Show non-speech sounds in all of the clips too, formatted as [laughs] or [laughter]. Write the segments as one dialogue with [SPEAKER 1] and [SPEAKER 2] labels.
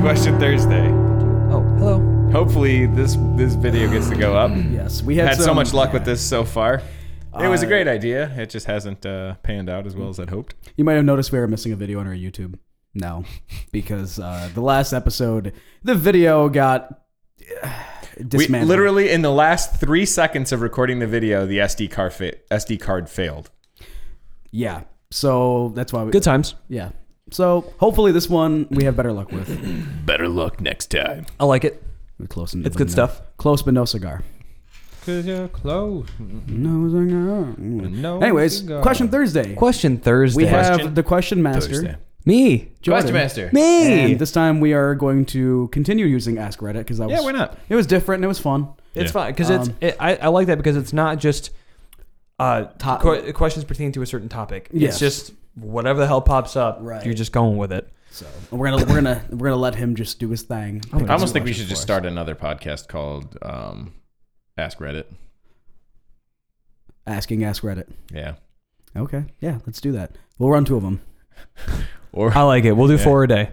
[SPEAKER 1] Question Thursday.
[SPEAKER 2] Oh, hello.
[SPEAKER 1] Hopefully, this this video gets to go up.
[SPEAKER 2] Yes, we had,
[SPEAKER 1] Had so
[SPEAKER 2] some-
[SPEAKER 1] much luck with this so far. It was a great idea. It just hasn't uh, panned out as well as I'd hoped.
[SPEAKER 2] You might have noticed we were missing a video on our YouTube. No, [laughs] because uh, the last episode, the video got uh,
[SPEAKER 1] We,
[SPEAKER 2] dismantled.
[SPEAKER 1] literally, in the last three seconds of recording the video, the SD card fa- SD card failed.
[SPEAKER 2] yeah. So that's why we.
[SPEAKER 3] Good times.
[SPEAKER 2] Yeah. So hopefully this one we have better luck with.
[SPEAKER 1] Better luck next time.
[SPEAKER 3] I like it.
[SPEAKER 2] We're close.
[SPEAKER 3] It's good stuff.
[SPEAKER 2] Close, but no cigar.
[SPEAKER 4] Cause you're close.
[SPEAKER 2] No cigar.
[SPEAKER 4] No
[SPEAKER 2] Anyways,
[SPEAKER 4] cigar.
[SPEAKER 2] question Thursday.
[SPEAKER 3] Question Thursday.
[SPEAKER 2] we have
[SPEAKER 1] Question
[SPEAKER 2] the question master.
[SPEAKER 1] Thursday.
[SPEAKER 3] me.
[SPEAKER 2] Jordan.
[SPEAKER 4] Question Master.
[SPEAKER 3] Me.
[SPEAKER 2] And this time we are going to continue using Ask Reddit because that was
[SPEAKER 1] Yeah, why not?
[SPEAKER 2] It was different and it was fun.
[SPEAKER 3] It's
[SPEAKER 1] Yeah.
[SPEAKER 3] fine because it's.
[SPEAKER 2] Um,
[SPEAKER 3] It, I, I like that because it's not just uh
[SPEAKER 2] Top-
[SPEAKER 3] que- questions pertaining to a certain topic.
[SPEAKER 2] Yes.
[SPEAKER 3] It's just whatever the hell pops up.
[SPEAKER 2] Right.
[SPEAKER 3] You're just going with it.
[SPEAKER 2] So we're gonna we're gonna we're gonna let him just do his thing. Pick
[SPEAKER 1] I
[SPEAKER 2] up
[SPEAKER 1] almost
[SPEAKER 2] some
[SPEAKER 1] think we should
[SPEAKER 2] questions
[SPEAKER 1] just
[SPEAKER 2] for us.
[SPEAKER 1] start another podcast called um, Ask Reddit.
[SPEAKER 2] asking Ask Reddit.
[SPEAKER 1] Yeah.
[SPEAKER 2] Okay, yeah, let's do that. We'll run two of them.
[SPEAKER 1] Or
[SPEAKER 3] I like it. We'll do
[SPEAKER 1] Yeah.
[SPEAKER 3] four a day.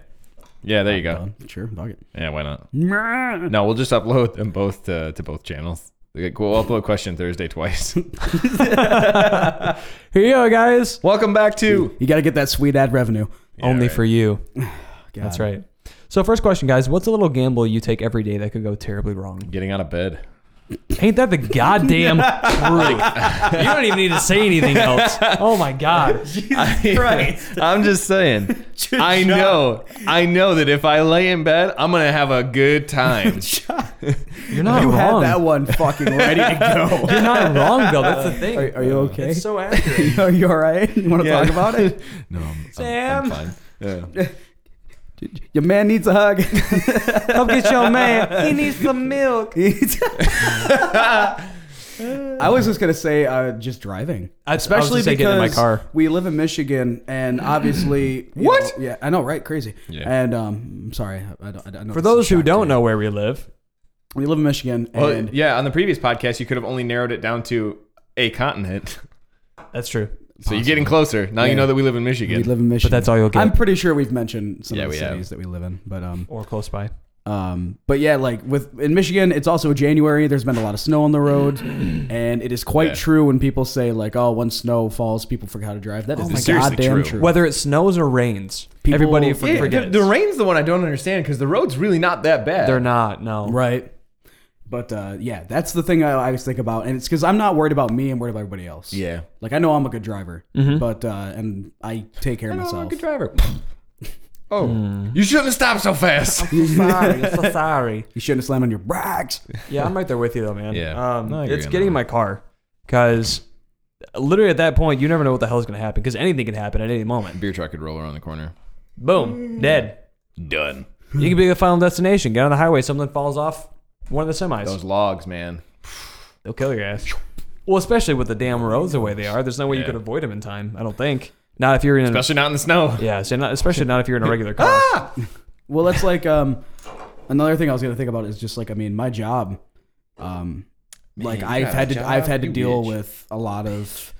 [SPEAKER 1] yeah, there you go.
[SPEAKER 2] Uh, Done. Sure, bug it.
[SPEAKER 1] Yeah, why not?
[SPEAKER 2] No.
[SPEAKER 1] No, we'll just upload them both to, to both channels. Like, We'll upload question Thursday twice. [laughs]
[SPEAKER 3] Here you go, guys.
[SPEAKER 1] Welcome back to
[SPEAKER 2] You got to get that sweet ad revenue.
[SPEAKER 1] Yeah,
[SPEAKER 3] Only
[SPEAKER 1] right.
[SPEAKER 3] for you.
[SPEAKER 2] God.
[SPEAKER 3] That's right. So first question, guys, what's a little gamble you take every day that could go terribly wrong?
[SPEAKER 1] getting out of bed. [laughs]
[SPEAKER 3] Ain't that
[SPEAKER 2] [laughs]
[SPEAKER 3] the goddamn truth? You don't even need to say anything else. Oh my god.
[SPEAKER 1] I'm just saying. I know. I know that if I lay in bed, I'm gonna have a good time.
[SPEAKER 3] You're not
[SPEAKER 2] You had
[SPEAKER 3] wrong.
[SPEAKER 2] that one fucking ready to
[SPEAKER 3] [laughs] You're not wrong
[SPEAKER 2] [laughs]
[SPEAKER 3] though. That's the thing.
[SPEAKER 2] go. Are, are you okay?
[SPEAKER 3] It's so [laughs]
[SPEAKER 2] [laughs]
[SPEAKER 3] accurate.
[SPEAKER 2] Are you all right? You want to talk about
[SPEAKER 3] [laughs]
[SPEAKER 2] it?
[SPEAKER 1] no, I'm,
[SPEAKER 3] Sam?
[SPEAKER 1] fine.
[SPEAKER 2] Your man needs a hug.
[SPEAKER 3] [laughs] Come get your man. He needs some milk.
[SPEAKER 2] [laughs] I was just gonna say, uh, just driving,
[SPEAKER 3] I- I was
[SPEAKER 2] especially
[SPEAKER 3] gonna say
[SPEAKER 2] because
[SPEAKER 3] get in my car.
[SPEAKER 2] we live in Michigan,
[SPEAKER 3] [clears throat]
[SPEAKER 2] and obviously, you
[SPEAKER 3] What?
[SPEAKER 2] know- yeah, I know, right? Crazy.
[SPEAKER 1] Yeah.
[SPEAKER 2] And um, I'm sorry, I don't, I don't know.
[SPEAKER 3] For
[SPEAKER 2] this is a
[SPEAKER 3] those who
[SPEAKER 2] shock to you.
[SPEAKER 3] don't know uh, where we live,
[SPEAKER 2] we live in Michigan,
[SPEAKER 1] Well,
[SPEAKER 2] and
[SPEAKER 1] yeah. On the previous podcast, you could have only narrowed it down to a continent. [laughs]
[SPEAKER 3] that's true.
[SPEAKER 1] So you're getting closer. Now
[SPEAKER 2] Yeah.
[SPEAKER 1] you know that we live in
[SPEAKER 2] we
[SPEAKER 1] Michigan.
[SPEAKER 2] live in Michigan.
[SPEAKER 3] But that's all you'll get.
[SPEAKER 2] I'm pretty sure we've mentioned some
[SPEAKER 1] Yeah,
[SPEAKER 2] of the
[SPEAKER 1] we have.
[SPEAKER 2] cities that we live in, but um,
[SPEAKER 3] or close by.
[SPEAKER 2] um, but yeah, like with in Michigan, it's also January. There's been a lot of snow on the
[SPEAKER 1] [clears throat]
[SPEAKER 2] roads, and it is quite
[SPEAKER 1] Yeah.
[SPEAKER 2] true when people say like, "Oh, when snow falls, people forget how to drive." That is
[SPEAKER 1] Oh my God.
[SPEAKER 2] goddamn true.
[SPEAKER 1] Seriously true.
[SPEAKER 3] [laughs] Whether it snows or rains,
[SPEAKER 2] People-
[SPEAKER 3] everybody for-
[SPEAKER 1] Yeah, the,
[SPEAKER 3] forgets.
[SPEAKER 1] the rain's the one I don't understand because the road's really not that bad.
[SPEAKER 3] They're not. No. [laughs]
[SPEAKER 2] Right. But uh, yeah, that's the thing I always think about, and it's because I'm not worried about me. I'm worried about everybody else.
[SPEAKER 1] Yeah.
[SPEAKER 2] Like I know I'm a good driver, but uh, and I take care of myself.
[SPEAKER 1] good driver. [laughs] oh, you shouldn't have stopped so fast. [laughs]
[SPEAKER 3] sorry. I'm so sorry.
[SPEAKER 2] you shouldn't have slammed on your brakes.
[SPEAKER 3] Yeah, I'm right there with you though, man.
[SPEAKER 1] Yeah.
[SPEAKER 3] Um,
[SPEAKER 1] No, I agree
[SPEAKER 3] it's
[SPEAKER 1] on
[SPEAKER 3] getting
[SPEAKER 1] that.
[SPEAKER 3] in my car because literally at that point, you never know what the hell is going to happen because anything can happen at any moment.
[SPEAKER 1] Beer truck could roll around the corner.
[SPEAKER 3] Boom, dead.
[SPEAKER 1] Done.
[SPEAKER 3] You can be the final destination. Get on the highway. Something falls off one of the semis.
[SPEAKER 1] Those logs, man.
[SPEAKER 3] They'll kill your ass. Well, especially with the damn roads the way they are. There's no way you
[SPEAKER 1] Yeah.
[SPEAKER 3] could avoid them in time. I don't think. Not if you're in.
[SPEAKER 1] Especially not in the snow.
[SPEAKER 3] A, yeah, so not, especially not if you're in a regular car.
[SPEAKER 2] Well, that's like um, another thing I was gonna think about is just like I mean my job, um, like
[SPEAKER 1] you
[SPEAKER 2] I've
[SPEAKER 1] got
[SPEAKER 2] had
[SPEAKER 1] a
[SPEAKER 2] to I've
[SPEAKER 1] job,
[SPEAKER 2] had to
[SPEAKER 1] you
[SPEAKER 2] deal
[SPEAKER 1] bitch.
[SPEAKER 2] with a lot of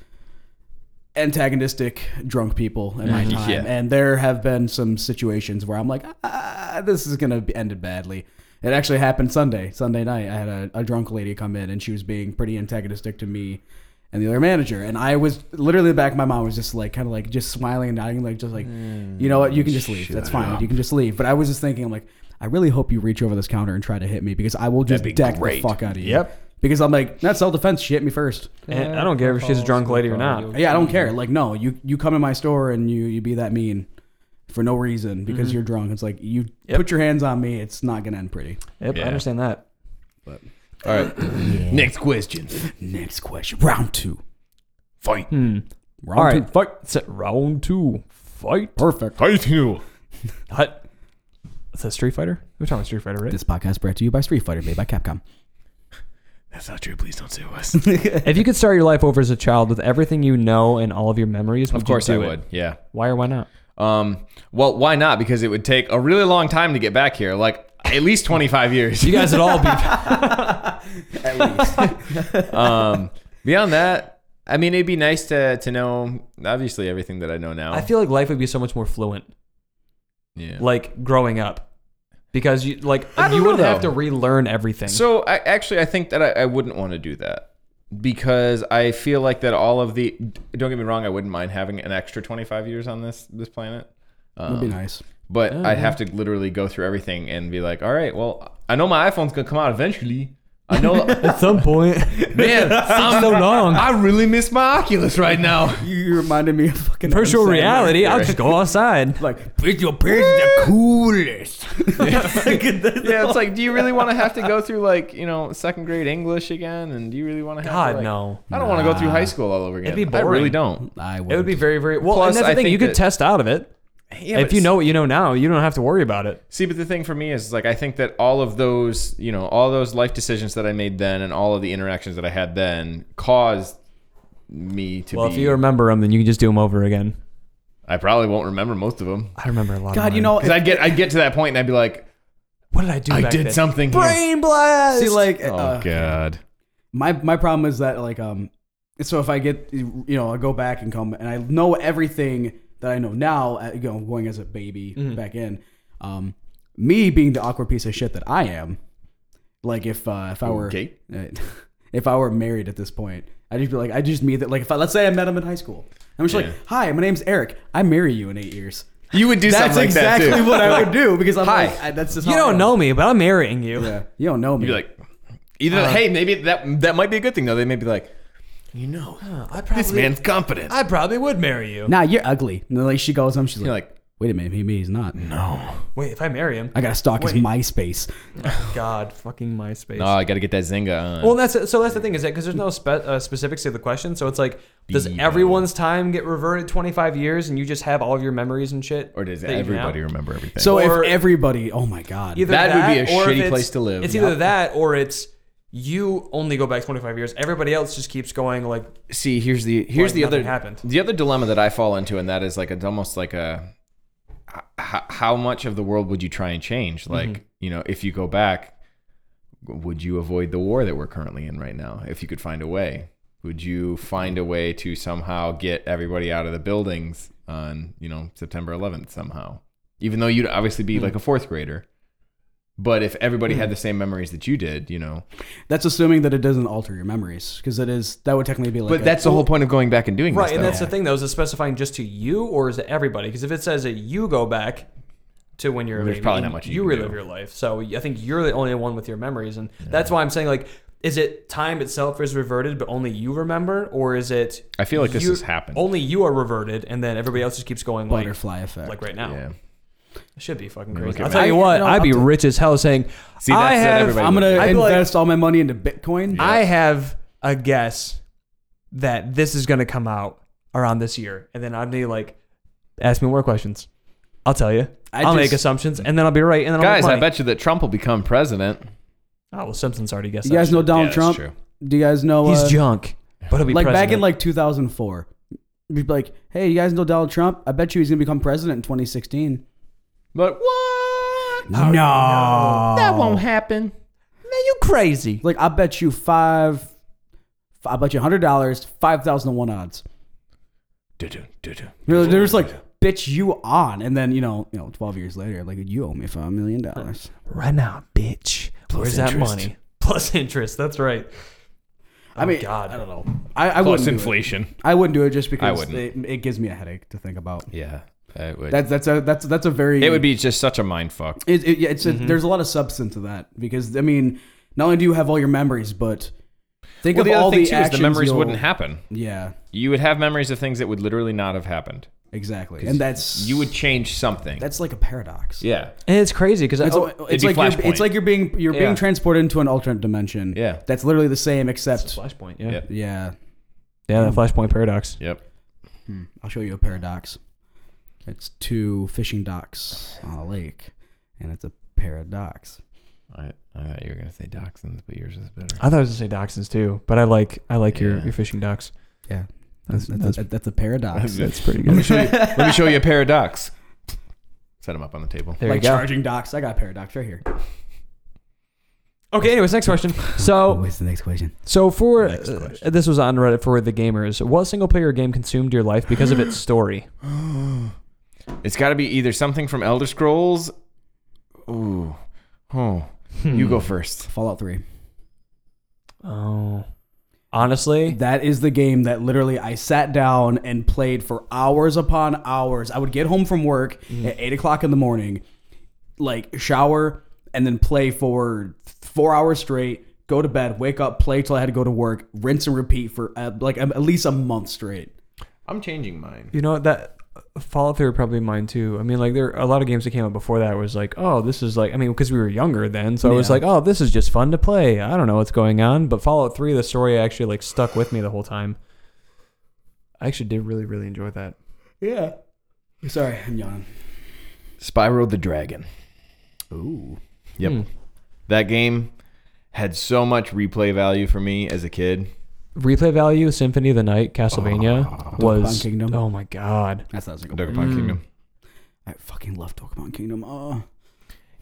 [SPEAKER 2] antagonistic drunk people in my
[SPEAKER 1] [laughs]
[SPEAKER 2] time,
[SPEAKER 1] Yeah.
[SPEAKER 2] and there have been some situations where I'm like, ah, this is gonna be ended badly. It actually happened Sunday, Sunday night. I had a, a drunk lady come in, and she was being pretty antagonistic to me and the other manager. And I was literally in the back of my mind was just like, kind of like just smiling and nodding, like just like,
[SPEAKER 1] Mm,
[SPEAKER 2] you know what, you can just leave. That's fine. You can just leave. But I was just thinking, I'm like, I really hope you reach over this counter and try to hit me because I will just
[SPEAKER 1] That'd be
[SPEAKER 2] deck
[SPEAKER 1] great.
[SPEAKER 2] the fuck out of you.
[SPEAKER 3] Yep.
[SPEAKER 2] Because I'm like, that's self defense. She hit me first.
[SPEAKER 3] And Eh, I don't care if she's a drunk lady or not.
[SPEAKER 2] Yeah, I don't
[SPEAKER 3] Mm-hmm.
[SPEAKER 2] care. Like, no, you you come in my store and you you be that mean for no reason
[SPEAKER 3] Mm-hmm.
[SPEAKER 2] because you're drunk. It's like you put your hands on me. It's not gonna end pretty.
[SPEAKER 3] Yep,
[SPEAKER 1] Yeah.
[SPEAKER 3] I understand that.
[SPEAKER 1] All right. [laughs] Next question.
[SPEAKER 2] Next question, round two.
[SPEAKER 1] Fight.
[SPEAKER 3] Hmm.
[SPEAKER 2] Round
[SPEAKER 3] All
[SPEAKER 2] two.
[SPEAKER 3] right, fight. Set round two. Fight.
[SPEAKER 2] Perfect.
[SPEAKER 1] Fight you.
[SPEAKER 3] Hut. Is that Street Fighter? We're talking about Street Fighter, right?
[SPEAKER 2] This podcast brought to you by Street Fighter, made by Capcom.
[SPEAKER 1] That's not true. Please don't sue [laughs] us.
[SPEAKER 3] if you could start your life over as a child with everything you know and all of your memories,
[SPEAKER 1] of course I would. Yeah.
[SPEAKER 3] Why or why not?
[SPEAKER 1] Um. Well, why not? Because it would take a really long time to get back here. Like at least 25 years. [laughs]
[SPEAKER 3] You guys would [laughs] all be.
[SPEAKER 1] um. Beyond that, I mean, it'd be nice to to know obviously everything that I know now.
[SPEAKER 3] I feel like life would be so much more fluent,
[SPEAKER 1] yeah.
[SPEAKER 3] like growing up. because you like
[SPEAKER 1] I don't
[SPEAKER 3] you
[SPEAKER 1] know,
[SPEAKER 3] would have
[SPEAKER 1] though.
[SPEAKER 3] to relearn everything.
[SPEAKER 1] So I actually I think that I, I wouldn't want to do that because I feel like that all of the don't get me wrong I wouldn't mind having an extra 25 years on this this planet.
[SPEAKER 3] Uh.
[SPEAKER 1] Um,
[SPEAKER 2] That'd be nice.
[SPEAKER 1] But I'd have to literally go through everything and be like, all right, well, I know my iPhone's gonna come out eventually. I
[SPEAKER 3] [laughs]
[SPEAKER 1] know,
[SPEAKER 3] at some point,
[SPEAKER 1] man, I'm,
[SPEAKER 3] so long.
[SPEAKER 1] I really miss my Oculus right
[SPEAKER 3] [laughs]
[SPEAKER 1] now.
[SPEAKER 2] You, you reminded me of fucking
[SPEAKER 3] virtual
[SPEAKER 2] Adam Sandler.
[SPEAKER 3] reality. I'll just go outside.
[SPEAKER 2] [laughs] Like virtual appearance is the coolest. Fucking the-
[SPEAKER 1] Yeah, it's like, do you really want to have to go through like you know second grade English again? And do you really want to? have
[SPEAKER 3] God,
[SPEAKER 1] to, like-
[SPEAKER 3] no.
[SPEAKER 1] I don't want to go through high school all over again.
[SPEAKER 3] be
[SPEAKER 1] I really
[SPEAKER 3] boring.
[SPEAKER 1] don't.
[SPEAKER 2] I
[SPEAKER 3] It would be very, very well.
[SPEAKER 1] Plus,
[SPEAKER 3] and that's
[SPEAKER 1] I
[SPEAKER 3] the thing;
[SPEAKER 1] think
[SPEAKER 3] you could
[SPEAKER 1] that-
[SPEAKER 3] test out of it.
[SPEAKER 1] Yeah,
[SPEAKER 3] if
[SPEAKER 1] but
[SPEAKER 3] you know what you know now, you don't have to worry about it.
[SPEAKER 1] See, but the thing for me is like I think that all of those, you know, all those life decisions that I made then and all of the interactions that I had then caused me to
[SPEAKER 3] Well,
[SPEAKER 1] be
[SPEAKER 3] if you remember them, then you can just do them over again.
[SPEAKER 1] I probably won't remember most of them.
[SPEAKER 3] I remember a lot. of
[SPEAKER 2] God, you
[SPEAKER 3] mine.
[SPEAKER 2] know,
[SPEAKER 1] Cuz I'd get I'd get to that point and I'd be like,
[SPEAKER 3] what did I do?
[SPEAKER 1] I
[SPEAKER 3] back
[SPEAKER 1] did
[SPEAKER 3] then?
[SPEAKER 1] something here.
[SPEAKER 2] brain blast. See, like,
[SPEAKER 1] Oh
[SPEAKER 2] uh,
[SPEAKER 1] god.
[SPEAKER 2] my my problem is that like um, so if I get you know I go back and come and I know everything that I know now, uh, you know, going as a baby
[SPEAKER 1] Mm-hmm.
[SPEAKER 2] back in, um, me being the awkward piece of shit that I am, like if uh, if I were
[SPEAKER 1] Okay.
[SPEAKER 2] [laughs] if I were married at this point, I'd just be like, I just meet that like if I, let's say I met him in high school, I'm just
[SPEAKER 1] Yeah.
[SPEAKER 2] like, hi, my name's Eric. I marry you in eight years.
[SPEAKER 1] You would do
[SPEAKER 2] That's
[SPEAKER 1] something like
[SPEAKER 2] exactly
[SPEAKER 1] that too.
[SPEAKER 2] what I would do because I'm
[SPEAKER 1] Hi.
[SPEAKER 2] like, I, that's just
[SPEAKER 3] You
[SPEAKER 2] how I
[SPEAKER 3] don't
[SPEAKER 2] am.
[SPEAKER 3] know me, but I'm marrying you.
[SPEAKER 2] Yeah, you don't know me.
[SPEAKER 1] You'd [laughs] be like either
[SPEAKER 3] Uh-huh.
[SPEAKER 1] hey, maybe that that might be a good thing though. They may be like, "You know,
[SPEAKER 3] I probably,
[SPEAKER 1] this man's competent."
[SPEAKER 3] I probably would marry you.
[SPEAKER 2] nah, you're ugly. And then, like she goes home, she's
[SPEAKER 1] You're
[SPEAKER 2] like,
[SPEAKER 1] like,
[SPEAKER 2] wait a minute, he, he's not. No,
[SPEAKER 3] Wait, if I marry him,
[SPEAKER 2] I gotta stalk his MySpace.
[SPEAKER 3] God, fucking MySpace.
[SPEAKER 1] "Oh, I got to get that Zynga on."
[SPEAKER 3] Well, that's so. That's the thing is that because there's no spe- uh, specifics to the question, so it's like, does
[SPEAKER 1] Bevo.
[SPEAKER 3] everyone's time get reverted 25 years, and you just have all of your memories and shit?
[SPEAKER 1] or does
[SPEAKER 3] that you have?
[SPEAKER 1] everybody remember everything?
[SPEAKER 2] So
[SPEAKER 3] Or-
[SPEAKER 2] if everybody, oh my god,
[SPEAKER 3] Either
[SPEAKER 1] That would be a
[SPEAKER 3] or if
[SPEAKER 1] shitty
[SPEAKER 3] it's-
[SPEAKER 1] place to live.
[SPEAKER 3] It's either that or it's you only go back 25 years. Everybody else just keeps going like
[SPEAKER 1] see here's the here's
[SPEAKER 3] Like
[SPEAKER 1] the other
[SPEAKER 3] nothing happened.
[SPEAKER 1] the other dilemma that I fall into, and that is like it's almost like a h- h- how much of the world would you try and change?
[SPEAKER 3] Mm-hmm.
[SPEAKER 1] Like you know, if you go back, would you avoid the war that we're currently in right now? If you could find a way, would you find a way to somehow get everybody out of the buildings on you know September 11th somehow? Even though you'd obviously
[SPEAKER 3] Hmm.
[SPEAKER 1] be like a fourth grader. But if everybody had the same memories that you did, you know,
[SPEAKER 2] that's assuming that it doesn't alter your memories because it is that would technically be like.
[SPEAKER 1] but
[SPEAKER 2] a-
[SPEAKER 1] that's the whole point of going back and doing
[SPEAKER 3] right,
[SPEAKER 1] this.
[SPEAKER 3] and
[SPEAKER 1] though.
[SPEAKER 3] that's the thing though is it specifying just to you or is it everybody? Because if it says that you go back to when you're a
[SPEAKER 1] There's
[SPEAKER 3] baby,
[SPEAKER 1] probably not
[SPEAKER 3] and
[SPEAKER 1] much you
[SPEAKER 3] you
[SPEAKER 1] can
[SPEAKER 3] relive
[SPEAKER 1] do.
[SPEAKER 3] your life. So I think you're the only one with your memories, and that's why I'm saying like. Is it time itself is reverted, but only you remember, or is it?
[SPEAKER 1] I feel like this
[SPEAKER 3] you-
[SPEAKER 1] has happened.
[SPEAKER 3] Only you are reverted, and then everybody else just keeps going like,
[SPEAKER 2] butterfly effect.
[SPEAKER 3] like right now.
[SPEAKER 1] Yeah.
[SPEAKER 3] It should be fucking crazy.
[SPEAKER 1] at
[SPEAKER 3] I'll
[SPEAKER 1] me.
[SPEAKER 3] tell you
[SPEAKER 2] I-
[SPEAKER 3] what,
[SPEAKER 2] you know,
[SPEAKER 3] I'd
[SPEAKER 2] up
[SPEAKER 3] be
[SPEAKER 2] to-
[SPEAKER 3] rich as hell saying,
[SPEAKER 1] See,
[SPEAKER 3] I
[SPEAKER 1] that's what
[SPEAKER 3] have,
[SPEAKER 1] everybody
[SPEAKER 2] I'm gonna
[SPEAKER 3] I'd be like-
[SPEAKER 2] invest all my money into Bitcoin.
[SPEAKER 3] I have a guess that this is going to come out around this year. And then I'd be like, ask me more questions. I'll tell you.
[SPEAKER 2] I
[SPEAKER 3] I will make
[SPEAKER 2] just-
[SPEAKER 3] assumptions, and then I'll be right. And then
[SPEAKER 1] Guys,
[SPEAKER 3] I'll
[SPEAKER 1] I bet you that Trump will become president.
[SPEAKER 3] Oh well, Simpson's already guessed.
[SPEAKER 2] you guys
[SPEAKER 3] that
[SPEAKER 2] know Donald
[SPEAKER 1] that's
[SPEAKER 2] Trump?
[SPEAKER 1] true.
[SPEAKER 2] Do you guys know?
[SPEAKER 3] shit. he's
[SPEAKER 2] uh,
[SPEAKER 3] junk, but he'll be
[SPEAKER 2] like back in
[SPEAKER 3] president.
[SPEAKER 2] like 2004. We'd be like, hey, you guys know Donald Trump? I bet you he's gonna become president in 2016.
[SPEAKER 1] Like what?
[SPEAKER 2] No,
[SPEAKER 1] That won't happen.
[SPEAKER 3] man, you crazy.
[SPEAKER 2] Like I bet you five, I bet you hundred dollars, five thousand to one odds. They're, they're just like, bitch, you on, and then you know, you know, twelve years later, like you owe me five million dollars.
[SPEAKER 3] Right now, bitch. Where's that
[SPEAKER 1] interest.
[SPEAKER 3] money? [laughs] Plus interest. That's right. Oh,
[SPEAKER 2] I mean,
[SPEAKER 3] God.
[SPEAKER 2] I don't know. I, I
[SPEAKER 1] Plus
[SPEAKER 2] wouldn't. Do
[SPEAKER 1] inflation.
[SPEAKER 2] it. I wouldn't do it just because it,
[SPEAKER 1] wouldn't.
[SPEAKER 2] it gives me a headache to think about.
[SPEAKER 1] Yeah, it would.
[SPEAKER 2] That's that's a that's that's a very.
[SPEAKER 1] it would be Mm-hmm. just such a mind fuck.
[SPEAKER 2] It, it, yeah, it's a, there's a lot of substance to that because I mean, not only do you have all your memories, but think
[SPEAKER 1] Well,
[SPEAKER 2] of
[SPEAKER 1] the
[SPEAKER 2] all
[SPEAKER 1] other thing
[SPEAKER 2] the
[SPEAKER 1] too is the
[SPEAKER 2] actions
[SPEAKER 1] memories
[SPEAKER 2] you'll-
[SPEAKER 1] wouldn't happen.
[SPEAKER 2] Yeah,
[SPEAKER 1] You would have memories of things that would literally not have happened.
[SPEAKER 2] exactly, and that's
[SPEAKER 1] You would change something.
[SPEAKER 2] that's like a paradox.
[SPEAKER 1] yeah.
[SPEAKER 3] And it's crazy because
[SPEAKER 2] It's,
[SPEAKER 3] oh,
[SPEAKER 2] it's
[SPEAKER 1] it'd
[SPEAKER 2] like
[SPEAKER 1] be
[SPEAKER 2] you're, it's
[SPEAKER 1] Flashpoint.
[SPEAKER 2] like you're being you're
[SPEAKER 3] Yeah.
[SPEAKER 2] being transported into an alternate dimension.
[SPEAKER 1] Yeah.
[SPEAKER 2] that's literally the same except
[SPEAKER 3] flashpoint.
[SPEAKER 1] Yeah.
[SPEAKER 2] yeah.
[SPEAKER 3] yeah, that flashpoint paradox.
[SPEAKER 1] Yep.
[SPEAKER 2] Hmm. I'll show you a paradox. It's two fishing docks on a lake, and it's a paradox.
[SPEAKER 1] I, I thought you were gonna say dachshunds, but yours is better.
[SPEAKER 3] I thought I was gonna say dachshunds too, but I like I like your,
[SPEAKER 1] Yeah.
[SPEAKER 3] your fishing ducks.
[SPEAKER 2] Yeah,
[SPEAKER 3] That's,
[SPEAKER 2] that's,
[SPEAKER 3] that's,
[SPEAKER 2] a, that's a paradox.
[SPEAKER 3] that's pretty
[SPEAKER 1] Let me
[SPEAKER 3] good.
[SPEAKER 1] show
[SPEAKER 3] [laughs]
[SPEAKER 1] you. [laughs] let me show you a paradox. Set them up on the table.
[SPEAKER 3] There
[SPEAKER 2] like
[SPEAKER 3] you go.
[SPEAKER 2] charging docks. I got a paradox right here.
[SPEAKER 3] Okay. Anyways, next [laughs] question. So
[SPEAKER 2] what's the next question?
[SPEAKER 3] so for
[SPEAKER 1] Next
[SPEAKER 3] uh,
[SPEAKER 1] question.
[SPEAKER 3] this was on Reddit for the gamers. What single player game consumed your life because [gasps] of its story?
[SPEAKER 1] It's got to be either something from Elder Scrolls. Ooh, Oh, you go first.
[SPEAKER 2] Fallout 3.
[SPEAKER 3] Oh, honestly,
[SPEAKER 2] That is the game that literally I sat down and played for hours upon hours. I would get home from work at eight o'clock in the morning, like shower, and then play for four hours straight. Go to bed, wake up, play till I had to go to work, rinse and repeat for uh, like um, at least a month straight.
[SPEAKER 1] I'm changing mine.
[SPEAKER 3] you know what, that uh, Fallout 3 were probably mine too. I mean, like there a lot of games that came out before that was like, oh, this is like, I mean, because we were younger then, so I was
[SPEAKER 2] Yeah.
[SPEAKER 3] like, oh, this is just fun to play. I don't know what's going on, but Fallout 3, the story actually like stuck with me the whole time. I actually did really, really enjoy that.
[SPEAKER 2] Yeah. Sorry, I'm yawning.
[SPEAKER 1] Spyro the Dragon.
[SPEAKER 2] Ooh.
[SPEAKER 1] Yep.
[SPEAKER 3] Hmm.
[SPEAKER 1] That game had so much replay value for me as a kid.
[SPEAKER 3] Replay value, Symphony of the Night,
[SPEAKER 1] Oh.
[SPEAKER 3] Castlevania was.
[SPEAKER 2] Dokkan Kingdom.
[SPEAKER 3] Oh my god.
[SPEAKER 2] That's not a single
[SPEAKER 1] Dokapon
[SPEAKER 2] word.
[SPEAKER 3] Mm.
[SPEAKER 1] Ah. Kingdom.
[SPEAKER 2] I fucking love Pokemon Kingdom. Oh.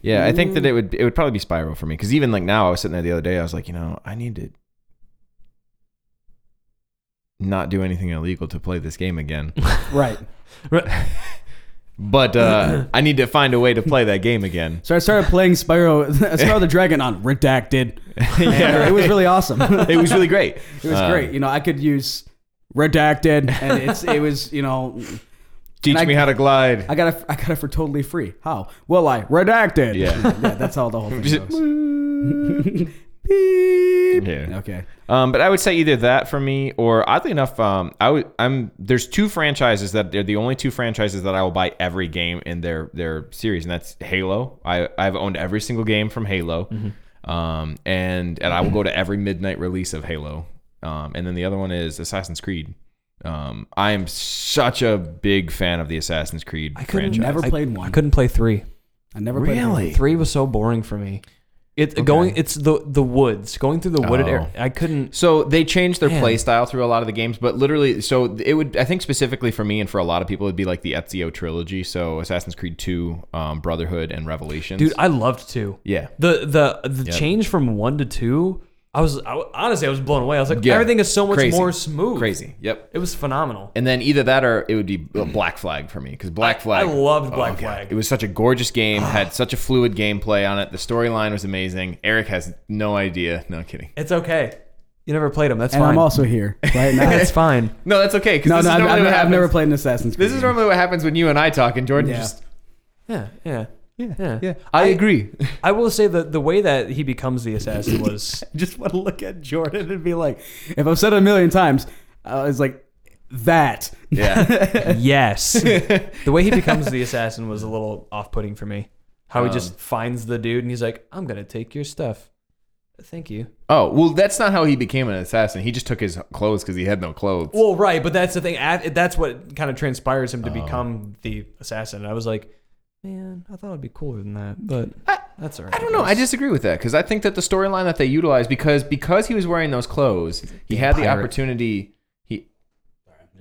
[SPEAKER 1] Yeah, I think that it would it would probably be Spiral for me because even like now I was sitting there the other day I was like you know I need to not do anything illegal to play this game again,
[SPEAKER 2] Right.
[SPEAKER 1] but uh, [coughs] I need to find a way to play that game again.
[SPEAKER 2] So I started playing Spyro, [laughs] Spyro the Dragon on Redacted.
[SPEAKER 1] [laughs] yeah,
[SPEAKER 2] It was really awesome.
[SPEAKER 1] it was really great. Um,
[SPEAKER 2] It was
[SPEAKER 1] Uh.
[SPEAKER 2] great. You know, I could use redacted, and it's it was you know,
[SPEAKER 1] Teach
[SPEAKER 2] And I-
[SPEAKER 1] me how to glide.
[SPEAKER 2] I got it, I got it for totally free. How? Well, I redacted. [laughs]
[SPEAKER 1] Yeah.
[SPEAKER 2] that's how the whole thing
[SPEAKER 1] Just-
[SPEAKER 2] goes.
[SPEAKER 1] [laughs]
[SPEAKER 2] Beep.
[SPEAKER 1] yeah.
[SPEAKER 2] Okay.
[SPEAKER 1] Um, but I would say either that for me, or oddly enough, um, I would, I'm there's two franchises that they're the only two franchises that I will buy every game in their their series, and that's Halo. I I've owned every single game from Halo,
[SPEAKER 2] Mm-hmm.
[SPEAKER 1] um, and and I will go to every midnight release of Halo. Um, and then the other one is Assassin's Creed. Um, I am such a big fan of the Assassin's Creed
[SPEAKER 3] I couldn't
[SPEAKER 1] franchise.
[SPEAKER 2] Never
[SPEAKER 3] I-
[SPEAKER 2] played one.
[SPEAKER 3] I couldn't play 3.
[SPEAKER 2] I never played one.
[SPEAKER 1] Really?
[SPEAKER 3] Three was so boring for me. It going it's the the woods going through the wooded
[SPEAKER 1] Oh.
[SPEAKER 3] area. I couldn't.
[SPEAKER 1] So they changed their
[SPEAKER 3] Man.
[SPEAKER 1] play style through a lot of the games, but literally, so it would, I think specifically for me and for a lot of people, it'd be like the Ezio trilogy. So Assassin's Creed 2, um, Brotherhood, and Revelations.
[SPEAKER 3] Dude, I loved two.
[SPEAKER 1] yeah.
[SPEAKER 3] The the the
[SPEAKER 1] Yeah.
[SPEAKER 3] change from one to two. I was I, wa- honestly I was blown away. I was like
[SPEAKER 1] Yeah.
[SPEAKER 3] everything is so much
[SPEAKER 1] Crazy.
[SPEAKER 3] more smooth.
[SPEAKER 1] Crazy. Yep.
[SPEAKER 3] It was phenomenal.
[SPEAKER 1] And then either that or it would be Black Flag for me because Black
[SPEAKER 3] I
[SPEAKER 1] Flag.
[SPEAKER 3] loved Black
[SPEAKER 1] oh God.
[SPEAKER 3] Flag.
[SPEAKER 1] It was such a gorgeous game,
[SPEAKER 2] [sighs]
[SPEAKER 1] had such a fluid gameplay on it. The storyline was amazing. Eric has no idea. No kidding.
[SPEAKER 3] It's okay. You never played them. That's
[SPEAKER 2] And
[SPEAKER 3] fine.
[SPEAKER 2] I'm also here right [laughs] now.
[SPEAKER 3] [laughs] That's fine.
[SPEAKER 1] No, that's okay because
[SPEAKER 2] no,
[SPEAKER 1] this
[SPEAKER 2] no,
[SPEAKER 1] is
[SPEAKER 2] I've,
[SPEAKER 1] normally
[SPEAKER 2] I've,
[SPEAKER 1] what
[SPEAKER 2] I've
[SPEAKER 1] happens.
[SPEAKER 2] never played an Assassin's Creed.
[SPEAKER 1] this is normally what happens when you and I talk, and Jordan
[SPEAKER 2] Yeah.
[SPEAKER 1] just.
[SPEAKER 3] Yeah, yeah, yeah, yeah.
[SPEAKER 1] I agree.
[SPEAKER 3] [laughs] I will say that the way that he becomes the assassin
[SPEAKER 1] [laughs]
[SPEAKER 3] was
[SPEAKER 2] I just want to look at Jordan and be like, if I've said it a million times, I was like, that. [laughs]
[SPEAKER 1] Yeah.
[SPEAKER 3] [laughs] yes. the way he becomes the assassin was a little off-putting for me. How he just
[SPEAKER 1] Um.
[SPEAKER 3] finds the dude and he's like, "I'm gonna take your stuff. Thank you."
[SPEAKER 1] Oh well, that's not how he became an assassin. He just took his clothes because he had no clothes.
[SPEAKER 3] Well, right, but that's the thing. Af- That's what kind of transpires him to become the assassin. And I was like, man, I thought it'd be cooler than that, but
[SPEAKER 1] I-
[SPEAKER 3] that's all right.
[SPEAKER 1] I don't know. I
[SPEAKER 3] guess."
[SPEAKER 1] disagree with that because I think that the storyline that they utilized because because he was wearing those clothes, he had the
[SPEAKER 3] pirate.
[SPEAKER 1] opportunity. He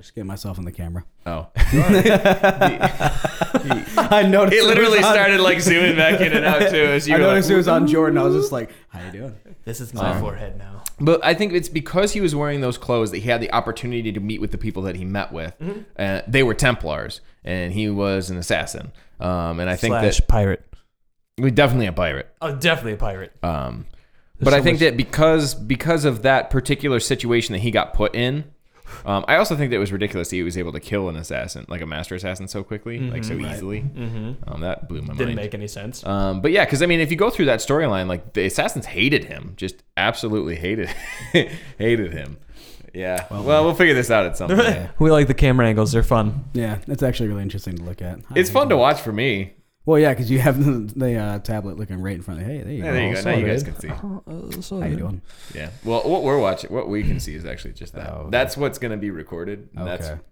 [SPEAKER 2] Just get myself in the camera.
[SPEAKER 1] oh,
[SPEAKER 2] [laughs]
[SPEAKER 1] [laughs]
[SPEAKER 2] I noticed
[SPEAKER 1] it literally
[SPEAKER 2] was on-
[SPEAKER 1] started like zooming back in and out too. As you
[SPEAKER 2] I
[SPEAKER 1] were
[SPEAKER 2] noticed
[SPEAKER 1] like,
[SPEAKER 2] it was on Jordan. I was just like, how you doing?
[SPEAKER 3] this is my forehead now.
[SPEAKER 1] but I think it's because he was wearing those clothes that he had the opportunity to meet with the people that he met with. Uh, they were Templars, and he was an assassin. Um, and I think
[SPEAKER 3] Slash
[SPEAKER 1] that
[SPEAKER 3] pirate.
[SPEAKER 1] we definitely a pirate.
[SPEAKER 3] Oh, definitely a pirate.
[SPEAKER 1] Um,
[SPEAKER 3] There's
[SPEAKER 1] but I
[SPEAKER 3] so
[SPEAKER 1] think
[SPEAKER 3] much-
[SPEAKER 1] that because because of that particular situation that he got put in, um, I also think that it was ridiculous that he was able to kill an assassin, like a master assassin, so quickly, like so easily. Um, that blew my
[SPEAKER 3] Didn't
[SPEAKER 1] mind.
[SPEAKER 3] make any sense.
[SPEAKER 1] Um, but yeah, because I mean, if you go through that storyline, like the assassins hated him, just absolutely hated, [laughs] hated him. Yeah. Well, we'll figure this out at some point.
[SPEAKER 3] we like the camera angles. They're fun.
[SPEAKER 2] Yeah, it's actually really interesting to look at.
[SPEAKER 1] It's fun to watch for me.
[SPEAKER 2] Well, yeah, because you have [laughs] the, the uh, tablet looking right in front of you. Hey, there you
[SPEAKER 1] Yeah,
[SPEAKER 2] go.
[SPEAKER 1] there you go. Now
[SPEAKER 2] Sorry,
[SPEAKER 1] you guys
[SPEAKER 2] dude.
[SPEAKER 1] can see.
[SPEAKER 2] How you doing?
[SPEAKER 1] Yeah. Well, what we're watching, what we can see is actually just that.
[SPEAKER 2] Oh, okay.
[SPEAKER 1] That's what's going to be recorded. and That's
[SPEAKER 2] Okay.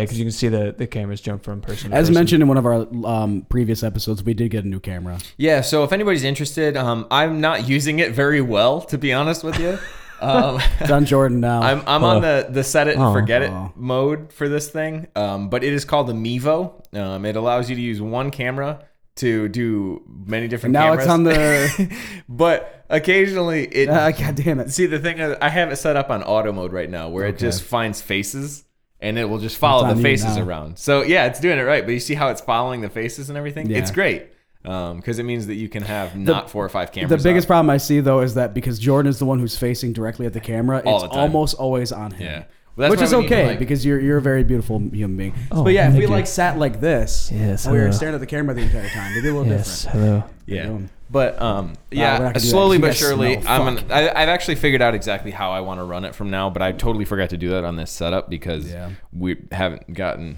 [SPEAKER 3] Yeah, because you can see the, the cameras jump from person to
[SPEAKER 2] As
[SPEAKER 3] person.
[SPEAKER 2] mentioned in one of our um, previous episodes, we did get a new camera.
[SPEAKER 1] Yeah, so if anybody's interested, um, I'm not using it very well, to be honest with
[SPEAKER 2] [laughs]
[SPEAKER 1] you. Um,
[SPEAKER 2] It's on Jordan now.
[SPEAKER 1] I'm, I'm on the, the set it and
[SPEAKER 3] Oh.
[SPEAKER 1] forget it
[SPEAKER 2] Oh.
[SPEAKER 1] mode for this thing, um, but it is called the Mevo. Um, it allows you to use one camera to do many different
[SPEAKER 2] now
[SPEAKER 1] cameras.
[SPEAKER 2] it's on the.
[SPEAKER 1] but occasionally it.
[SPEAKER 2] [laughs] Ah, God damn it!
[SPEAKER 1] see, the thing is, I have it set up on auto mode right now where it just finds faces and it will just follow
[SPEAKER 2] on
[SPEAKER 1] the
[SPEAKER 2] you
[SPEAKER 1] faces
[SPEAKER 2] now.
[SPEAKER 1] around. So yeah, it's doing it right, but you see how it's following the faces and everything? It's
[SPEAKER 2] Yeah.
[SPEAKER 1] great. because it means that you can have not four or five [laughs] cameras.
[SPEAKER 2] The biggest
[SPEAKER 1] up.
[SPEAKER 2] problem I see though is that because Jordan is the one who's facing directly at the camera,
[SPEAKER 1] All
[SPEAKER 2] it's
[SPEAKER 1] the time.
[SPEAKER 2] almost always on him.
[SPEAKER 1] Yeah. Well, that's
[SPEAKER 2] Which
[SPEAKER 1] why
[SPEAKER 2] is
[SPEAKER 1] we need to,
[SPEAKER 2] okay
[SPEAKER 1] like-
[SPEAKER 2] because you're you're a very beautiful human being.
[SPEAKER 3] Oh,
[SPEAKER 2] but yeah, if
[SPEAKER 3] thank
[SPEAKER 2] we
[SPEAKER 3] you.
[SPEAKER 2] like sat like this,
[SPEAKER 3] Yes,
[SPEAKER 2] and we were
[SPEAKER 3] hello.
[SPEAKER 2] staring at the camera the entire time, it'd be a little
[SPEAKER 3] Yes. Hello.
[SPEAKER 1] Yeah.
[SPEAKER 2] Boom.
[SPEAKER 1] But um,
[SPEAKER 2] we're not
[SPEAKER 1] yeah,
[SPEAKER 2] gonna do that.
[SPEAKER 1] slowly
[SPEAKER 2] You
[SPEAKER 1] but
[SPEAKER 2] guys
[SPEAKER 1] surely,
[SPEAKER 2] smell.
[SPEAKER 1] I'm gonna, I, I've actually figured out exactly how I want to run it from now. But I totally forgot to do that on this setup because
[SPEAKER 2] Yeah.
[SPEAKER 1] we haven't gotten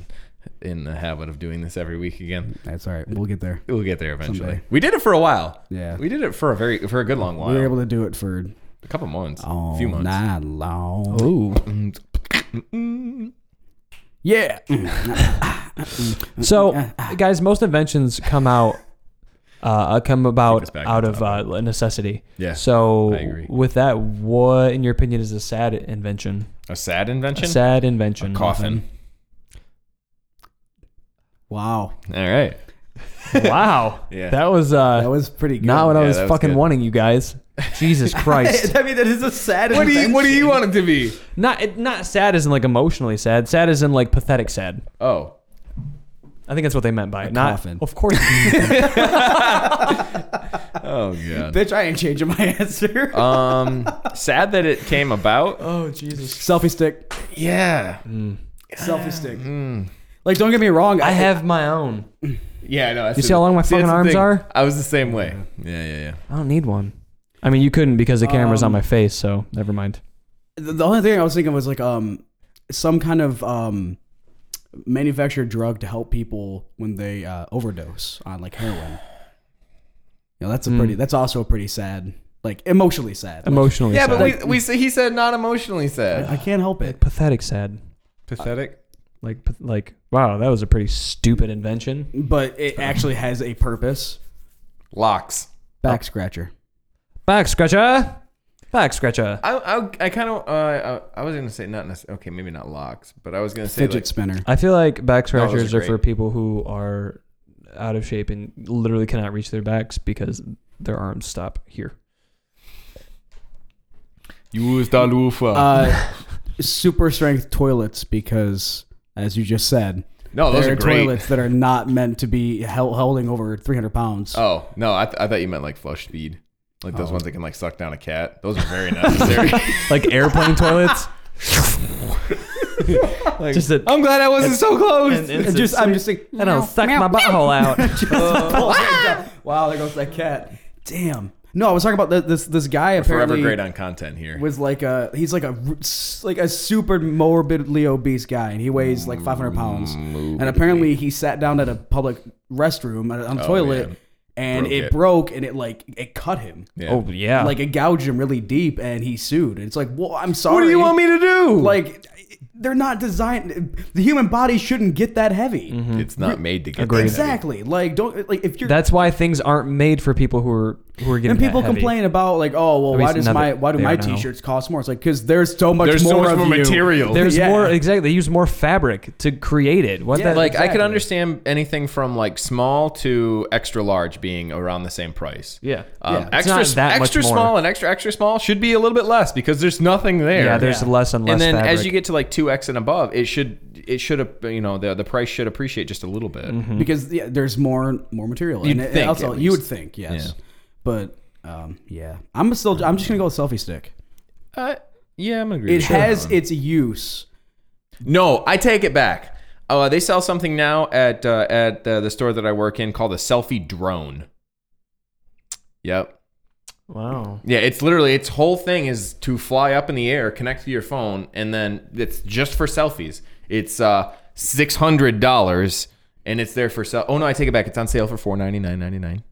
[SPEAKER 1] in the habit of doing this every week again.
[SPEAKER 2] different. That's all right. We'll get there.
[SPEAKER 1] We'll get there eventually.
[SPEAKER 2] Someday.
[SPEAKER 1] We did it for a while.
[SPEAKER 2] Yeah.
[SPEAKER 1] we did it for a very for a good long
[SPEAKER 2] We
[SPEAKER 1] while.
[SPEAKER 2] were able Oh, to do it for
[SPEAKER 1] a couple months,
[SPEAKER 2] all
[SPEAKER 1] a few months.
[SPEAKER 2] night long.
[SPEAKER 3] Ooh.
[SPEAKER 2] Yeah.
[SPEAKER 3] So, guys, most inventions come out uh, come
[SPEAKER 1] us
[SPEAKER 3] about
[SPEAKER 1] back
[SPEAKER 3] out
[SPEAKER 1] on
[SPEAKER 3] of uh, necessity.
[SPEAKER 1] Yeah,
[SPEAKER 3] So,
[SPEAKER 1] I agree.
[SPEAKER 3] with that, what, in your opinion, is a sad invention?
[SPEAKER 1] A sad invention.
[SPEAKER 3] A sad invention.
[SPEAKER 1] coffin.
[SPEAKER 2] wow.
[SPEAKER 1] All right.
[SPEAKER 3] [laughs] wow.
[SPEAKER 1] [laughs] Yeah.
[SPEAKER 3] That was uh,
[SPEAKER 2] That was pretty good.
[SPEAKER 3] not what I
[SPEAKER 1] Yeah,
[SPEAKER 3] was
[SPEAKER 1] that was
[SPEAKER 3] fucking
[SPEAKER 1] good.
[SPEAKER 3] wanting,
[SPEAKER 1] [laughs]
[SPEAKER 3] you guys. Jesus Christ.
[SPEAKER 2] I mean, that is a sad.
[SPEAKER 1] What do you What do you want it to be?
[SPEAKER 3] not it, not sad as in like emotionally sad. Sad as in like pathetic sad.
[SPEAKER 1] Oh,
[SPEAKER 3] I think that's what they meant by it. Not,
[SPEAKER 2] coffin.
[SPEAKER 1] [laughs]
[SPEAKER 3] Of course.
[SPEAKER 1] oh god.
[SPEAKER 2] Bitch, I ain't changing my [laughs] answer.
[SPEAKER 1] um, sad that it came about.
[SPEAKER 3] oh, Jesus.
[SPEAKER 2] selfie stick.
[SPEAKER 1] Yeah.
[SPEAKER 2] Selfie stick.
[SPEAKER 1] Hmm.
[SPEAKER 2] Like, don't get me wrong.
[SPEAKER 3] Mm. I have my own.
[SPEAKER 1] Yeah, no.
[SPEAKER 3] You see how long my fucking arms are?
[SPEAKER 1] I was the same way. Yeah, yeah, yeah.
[SPEAKER 3] I don't need one. I mean, you couldn't because the camera's on
[SPEAKER 2] Um,
[SPEAKER 3] my face, so never mind.
[SPEAKER 2] the the only thing I was thinking was like um some kind of um manufactured drug to help people when they uh, overdose on like heroin. You know, that's a
[SPEAKER 1] Hmm.
[SPEAKER 2] pretty. That's also a pretty sad, like emotionally sad. Like,
[SPEAKER 3] [laughs] Emotionally
[SPEAKER 1] Yeah,
[SPEAKER 3] sad.
[SPEAKER 1] but we, we sa- he said not emotionally sad.
[SPEAKER 2] I can't help
[SPEAKER 3] like
[SPEAKER 2] it.
[SPEAKER 3] pathetic sad.
[SPEAKER 1] Pathetic.
[SPEAKER 3] Like pa- like wow, that was a pretty stupid invention.
[SPEAKER 2] But it actually has a purpose.
[SPEAKER 1] Oh. Locks.
[SPEAKER 2] Back scratcher.
[SPEAKER 3] Back scratcher. Back scratcher.
[SPEAKER 1] I I, I kind of uh, I, I was gonna say not necessarily. Okay, maybe not locks, but I was gonna say
[SPEAKER 2] Fidget
[SPEAKER 1] like,
[SPEAKER 2] spinner.
[SPEAKER 3] I feel like back
[SPEAKER 1] No, those
[SPEAKER 3] scratchers
[SPEAKER 1] are
[SPEAKER 3] are for
[SPEAKER 1] great.
[SPEAKER 3] people who are out of shape and literally cannot reach their backs because their arms stop here.
[SPEAKER 1] use the loofah. [laughs]
[SPEAKER 2] Uh, super strength toilets because, as you just said,
[SPEAKER 1] no, Oh, those
[SPEAKER 2] there
[SPEAKER 1] are
[SPEAKER 2] are
[SPEAKER 1] great.
[SPEAKER 2] toilets that are not meant to be held, holding over 300 pounds.
[SPEAKER 1] Oh no, I, th- I thought you meant like flush speed, like those ones that can like suck down a cat. Those are very [laughs] necessary.
[SPEAKER 3] Like
[SPEAKER 1] [laughs]
[SPEAKER 3] airplane toilets. [laughs]
[SPEAKER 1] Like,
[SPEAKER 3] Just a-
[SPEAKER 1] I'm glad I wasn't so close.
[SPEAKER 3] and it's
[SPEAKER 2] And just, I'm just thinking,
[SPEAKER 3] I don't suck my butthole out.
[SPEAKER 1] [laughs]
[SPEAKER 2] [laughs] wow, there goes that cat. Damn. No, I was talking about th- this this guy
[SPEAKER 1] Forever
[SPEAKER 2] apparently
[SPEAKER 1] great on content here.
[SPEAKER 2] was like a he's like a r- s- like a super morbidly obese guy, and he weighs like 500 pounds. And apparently, he sat down at a public restroom at- on a
[SPEAKER 1] Oh,
[SPEAKER 2] toilet,
[SPEAKER 1] yeah.
[SPEAKER 2] and
[SPEAKER 1] Broke
[SPEAKER 2] it,
[SPEAKER 1] it.
[SPEAKER 2] broke, and it like it cut him.
[SPEAKER 1] Yeah.
[SPEAKER 3] Oh yeah.
[SPEAKER 2] Like it gouged him really deep, and he sued. And it's like, well, I'm sorry.
[SPEAKER 1] what do you want me to do?
[SPEAKER 2] Like, they're not designed. The human body shouldn't get that heavy.
[SPEAKER 1] it's not made to get that heavy.
[SPEAKER 2] Exactly. Like, don't like if you're
[SPEAKER 3] That's why things aren't made for people who are who are getting.
[SPEAKER 2] And people
[SPEAKER 3] that heavy.
[SPEAKER 2] complain about like, oh well,
[SPEAKER 3] least
[SPEAKER 2] why does
[SPEAKER 3] now
[SPEAKER 2] my
[SPEAKER 3] that
[SPEAKER 2] why do
[SPEAKER 3] they
[SPEAKER 2] my
[SPEAKER 3] are now.
[SPEAKER 2] t-shirts cost more? It's like because there's so much
[SPEAKER 1] There's
[SPEAKER 2] more
[SPEAKER 1] so much
[SPEAKER 2] of
[SPEAKER 1] more
[SPEAKER 2] you.
[SPEAKER 1] material.
[SPEAKER 3] There's
[SPEAKER 2] Yeah.
[SPEAKER 3] more exactly. They use more fabric to create it. What
[SPEAKER 2] Yeah,
[SPEAKER 3] the,
[SPEAKER 1] like I can
[SPEAKER 2] Exactly.
[SPEAKER 1] understand anything from like small to extra large being around the same price.
[SPEAKER 3] yeah.
[SPEAKER 1] Um,
[SPEAKER 3] It's
[SPEAKER 1] extra
[SPEAKER 3] not that much
[SPEAKER 1] extra
[SPEAKER 3] more.
[SPEAKER 1] small and extra extra small should be a little bit less because there's nothing there.
[SPEAKER 3] Yeah, there's less and less.
[SPEAKER 1] and then
[SPEAKER 3] fabric.
[SPEAKER 1] as you get to like 2x and above, it should it should ap- you know the the price should appreciate just a little bit.
[SPEAKER 3] Mm-hmm.
[SPEAKER 2] because yeah, there's more more material.
[SPEAKER 1] You'd
[SPEAKER 2] and it-
[SPEAKER 1] think,
[SPEAKER 2] also,
[SPEAKER 1] at
[SPEAKER 2] you would
[SPEAKER 1] least.
[SPEAKER 2] think yes, but um, yeah, I'm still I'm just gonna go with selfie stick.
[SPEAKER 1] Uh, yeah, I'm gonna agree.
[SPEAKER 2] It
[SPEAKER 1] with you on
[SPEAKER 2] has
[SPEAKER 1] that one.
[SPEAKER 2] its use.
[SPEAKER 1] no. I take it back. Uh, they sell something now at uh, at uh, the store that I work in called a selfie drone. Yep.
[SPEAKER 3] wow.
[SPEAKER 1] Yeah, it's literally its whole thing is to fly up in the air, connect to your phone, and then it's just for selfies. It's uh six hundred dollars, and it's there for sell. Oh no, I take it back. It's on sale for four ninety nine ninety nine.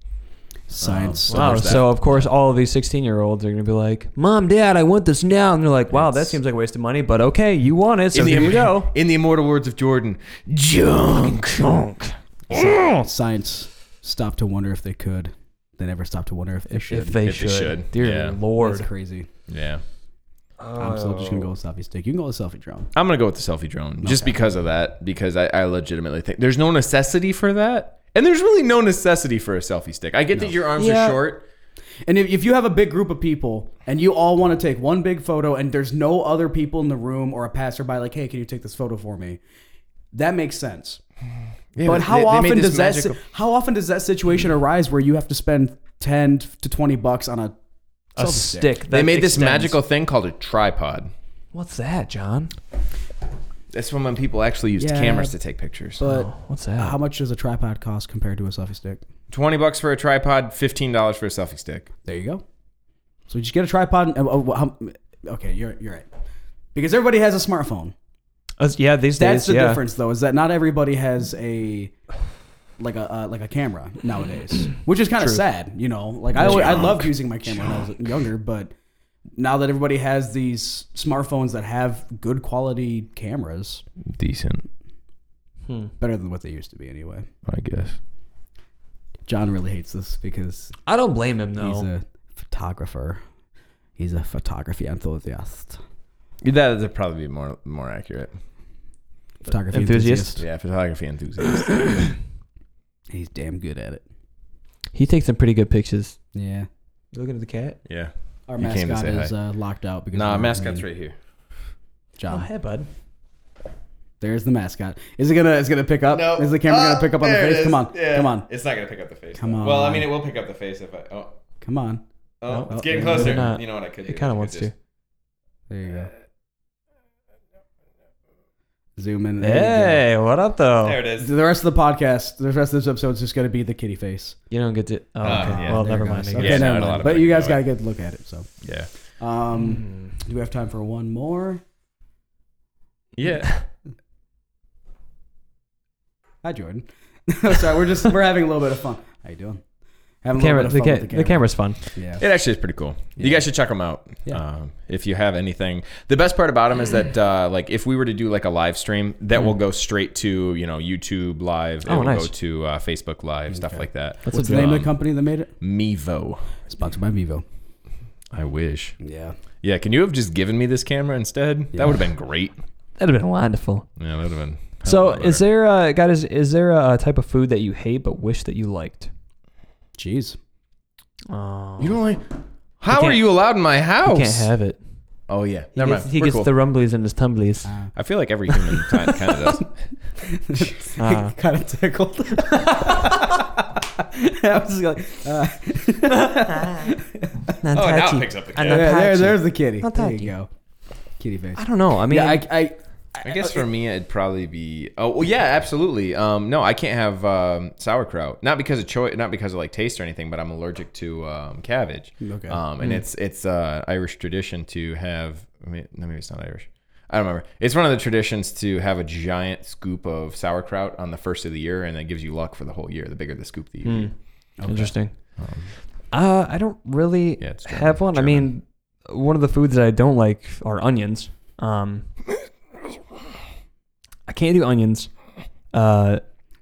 [SPEAKER 2] Science.
[SPEAKER 3] Wow. So of course, all of these sixteen-year-olds are gonna be like, "Mom, Dad, I want this now," and they're like, "Wow, that seems like a waste of money." But okay, you want it, so here
[SPEAKER 1] [laughs]
[SPEAKER 3] you go.
[SPEAKER 1] in the immortal words of Jordan, junk.
[SPEAKER 2] Science stopped to wonder if they could. They never stopped to wonder if they should.
[SPEAKER 3] If they
[SPEAKER 1] If they
[SPEAKER 3] should,
[SPEAKER 1] should.
[SPEAKER 3] dear
[SPEAKER 1] Yeah.
[SPEAKER 2] That's
[SPEAKER 3] lord.
[SPEAKER 2] crazy.
[SPEAKER 1] Yeah,
[SPEAKER 2] I'm still just gonna go
[SPEAKER 3] Oh.
[SPEAKER 2] with selfie stick. You can go with selfie drone.
[SPEAKER 1] I'm gonna go with the selfie drone just because of that. Because I, I legitimately think there's no necessity for that, and there's really no necessity for a selfie stick. I get that your arms
[SPEAKER 3] Yeah.
[SPEAKER 1] are short.
[SPEAKER 2] And if, if you have a big group of people and you all want to take one big photo and there's no other people in the room or a passerby like, hey, can you take this photo for me? That makes sense.
[SPEAKER 1] Yeah,
[SPEAKER 2] but
[SPEAKER 1] they-
[SPEAKER 2] how
[SPEAKER 1] they made
[SPEAKER 2] often
[SPEAKER 1] this
[SPEAKER 2] does that
[SPEAKER 1] magical-
[SPEAKER 2] si- how often does that situation arise where you have to spend ten to twenty bucks on a
[SPEAKER 3] A
[SPEAKER 2] selfie
[SPEAKER 3] stick. that
[SPEAKER 1] They made this
[SPEAKER 3] extends.
[SPEAKER 1] magical thing called a tripod.
[SPEAKER 3] What's that, John?
[SPEAKER 1] That's when when people actually used
[SPEAKER 2] Yeah,
[SPEAKER 1] cameras to take pictures.
[SPEAKER 2] But
[SPEAKER 3] Oh, what's that?
[SPEAKER 1] Uh,
[SPEAKER 2] how much does a tripod cost compared to a selfie stick?
[SPEAKER 1] Twenty bucks for a tripod, fifteen dollars for a selfie stick.
[SPEAKER 2] There you go. So just get a tripod. And, uh, uh, how- okay, you're you're right. Because everybody has a smartphone.
[SPEAKER 3] Uh, yeah, these
[SPEAKER 2] That's the
[SPEAKER 3] days. yeah.
[SPEAKER 2] difference, though, is that not everybody has a like a uh, like a camera nowadays,
[SPEAKER 3] [clears throat]
[SPEAKER 2] which is kind of sad. You know, like I always, I loved using my camera when I was younger, but now that everybody has these smartphones that have good quality cameras,
[SPEAKER 1] Decent,
[SPEAKER 3] Hmm.
[SPEAKER 2] better than what they used to be anyway.
[SPEAKER 1] I guess.
[SPEAKER 2] John really hates this because
[SPEAKER 3] I don't blame him though.
[SPEAKER 2] he's a photographer. He's a photography enthusiast.
[SPEAKER 1] That would probably be more more accurate.
[SPEAKER 2] Photography
[SPEAKER 3] Enthusiast?
[SPEAKER 2] enthusiast.
[SPEAKER 1] Yeah, photography enthusiast.
[SPEAKER 2] He's damn good at it.
[SPEAKER 3] he takes some pretty good pictures.
[SPEAKER 2] Yeah.
[SPEAKER 3] Looking at the cat.
[SPEAKER 1] yeah.
[SPEAKER 2] Our
[SPEAKER 1] You came to
[SPEAKER 2] mascot
[SPEAKER 1] say
[SPEAKER 2] is uh, locked out because
[SPEAKER 1] Nah,
[SPEAKER 2] we're-
[SPEAKER 1] mascot's right here.
[SPEAKER 3] Oh,
[SPEAKER 2] John.
[SPEAKER 3] hey, bud.
[SPEAKER 2] There's the mascot. Is it gonna? It's gonna pick up. Oh, Is the camera gonna pick up on the
[SPEAKER 1] Ah,
[SPEAKER 2] face? Come on. Come on.
[SPEAKER 1] It's not gonna pick up the face.
[SPEAKER 2] Come
[SPEAKER 1] though.
[SPEAKER 2] on.
[SPEAKER 1] Well, I mean, it will pick up the face if I. Oh,
[SPEAKER 2] Come on.
[SPEAKER 1] oh,
[SPEAKER 3] No,
[SPEAKER 1] it's getting
[SPEAKER 2] no,
[SPEAKER 1] closer.
[SPEAKER 3] they're not.
[SPEAKER 1] You know what I could do?
[SPEAKER 3] It kind
[SPEAKER 1] I
[SPEAKER 3] of
[SPEAKER 1] could
[SPEAKER 3] wants to.
[SPEAKER 1] just-
[SPEAKER 2] There you go. Zoom in. There
[SPEAKER 3] Hey, what up though?
[SPEAKER 1] There it
[SPEAKER 2] you
[SPEAKER 1] is.
[SPEAKER 2] go. The rest of the podcast, the rest of this episode is just gonna be the kitty face.
[SPEAKER 3] You don't get to. Oh,
[SPEAKER 1] Uh,
[SPEAKER 3] okay.
[SPEAKER 1] yeah,
[SPEAKER 3] well,
[SPEAKER 2] There
[SPEAKER 3] never
[SPEAKER 2] it
[SPEAKER 3] mind.
[SPEAKER 2] goes.
[SPEAKER 3] I
[SPEAKER 2] Okay,
[SPEAKER 3] guess.
[SPEAKER 1] Yeah,
[SPEAKER 2] never
[SPEAKER 1] not a
[SPEAKER 2] mind.
[SPEAKER 1] lot of
[SPEAKER 2] But
[SPEAKER 1] people
[SPEAKER 2] you guys
[SPEAKER 1] know
[SPEAKER 2] gotta get a look at it. So,
[SPEAKER 1] Yeah.
[SPEAKER 3] Hmm.
[SPEAKER 1] Mm.
[SPEAKER 2] um, do we have time for one more?
[SPEAKER 1] Yeah.
[SPEAKER 2] Hi, Jordan. [laughs] Sorry, we're just we're having a little bit of fun. How you doing? Having
[SPEAKER 3] Camera,
[SPEAKER 2] a
[SPEAKER 3] the,
[SPEAKER 2] little bit
[SPEAKER 3] ca-
[SPEAKER 2] of fun
[SPEAKER 3] the,
[SPEAKER 2] with
[SPEAKER 3] camera's fun.
[SPEAKER 2] Yeah.
[SPEAKER 1] [laughs] It actually is pretty cool. You
[SPEAKER 2] Yeah.
[SPEAKER 1] guys should check them out.
[SPEAKER 2] Yeah.
[SPEAKER 1] Um, if you have anything, the best part about them is that uh, like if we were to do like a live stream, that will go straight to you know YouTube Live. it
[SPEAKER 3] Mm. Oh,
[SPEAKER 1] will
[SPEAKER 3] nice.
[SPEAKER 1] go to uh, Facebook Live, stuff like that.
[SPEAKER 3] That's
[SPEAKER 2] What's
[SPEAKER 3] a
[SPEAKER 2] the name
[SPEAKER 1] um,
[SPEAKER 2] of the company that made it?
[SPEAKER 1] Mevo.
[SPEAKER 2] Sponsored by Vivo.
[SPEAKER 1] I wish.
[SPEAKER 2] Yeah.
[SPEAKER 1] Yeah. Can you have just given me this camera instead? That would have been great.
[SPEAKER 3] That'd have been wonderful.
[SPEAKER 1] Yeah, that would have been.
[SPEAKER 3] So,
[SPEAKER 1] hell of a
[SPEAKER 3] is there, uh, guys, is there a type of food that you hate but wish that you liked?
[SPEAKER 2] Jeez.
[SPEAKER 3] Oh,
[SPEAKER 1] better. You don't like? How are
[SPEAKER 3] can't-
[SPEAKER 1] you allowed in my house?
[SPEAKER 3] can't have it.
[SPEAKER 1] oh yeah.
[SPEAKER 3] He
[SPEAKER 1] Never
[SPEAKER 3] gets,
[SPEAKER 1] mind.
[SPEAKER 3] he
[SPEAKER 1] We're
[SPEAKER 3] gets
[SPEAKER 1] cool.
[SPEAKER 3] the rumblies and his
[SPEAKER 1] [laughs]
[SPEAKER 3] tumblies.
[SPEAKER 2] Uh,
[SPEAKER 1] I feel like every human kind of
[SPEAKER 3] [laughs]
[SPEAKER 1] does.
[SPEAKER 2] [laughs]
[SPEAKER 3] Ah.
[SPEAKER 2] kind of tickled. [laughs] I was just like, uh,
[SPEAKER 1] Oh, now it picks up the cat.
[SPEAKER 3] And then-
[SPEAKER 2] yeah, there,
[SPEAKER 3] touchy.
[SPEAKER 2] there's the kitty.
[SPEAKER 3] Not
[SPEAKER 2] there you
[SPEAKER 3] touchy.
[SPEAKER 2] go, kitty face.
[SPEAKER 3] I don't know. I mean,
[SPEAKER 2] yeah, I, I,
[SPEAKER 1] I guess for me, it'd probably be. Oh, well, yeah, absolutely. Um, no, I can't have um, sauerkraut. Not because of choice, not because of like taste or anything, but I'm allergic to um, cabbage.
[SPEAKER 2] Okay.
[SPEAKER 1] Um,
[SPEAKER 3] Mm.
[SPEAKER 1] and it's it's uh, Irish tradition to have. I mean, no, maybe it's not Irish. I don't remember. It's one of the traditions to have a giant scoop of sauerkraut on the first of the year, and that gives you luck for the whole year. The bigger the scoop, the Um, year.
[SPEAKER 3] Interesting. Uh, I don't really
[SPEAKER 1] Yeah, it's German-
[SPEAKER 3] have one. I mean, one of the foods that I don't like are onions. Um, I can't do onions. Uh,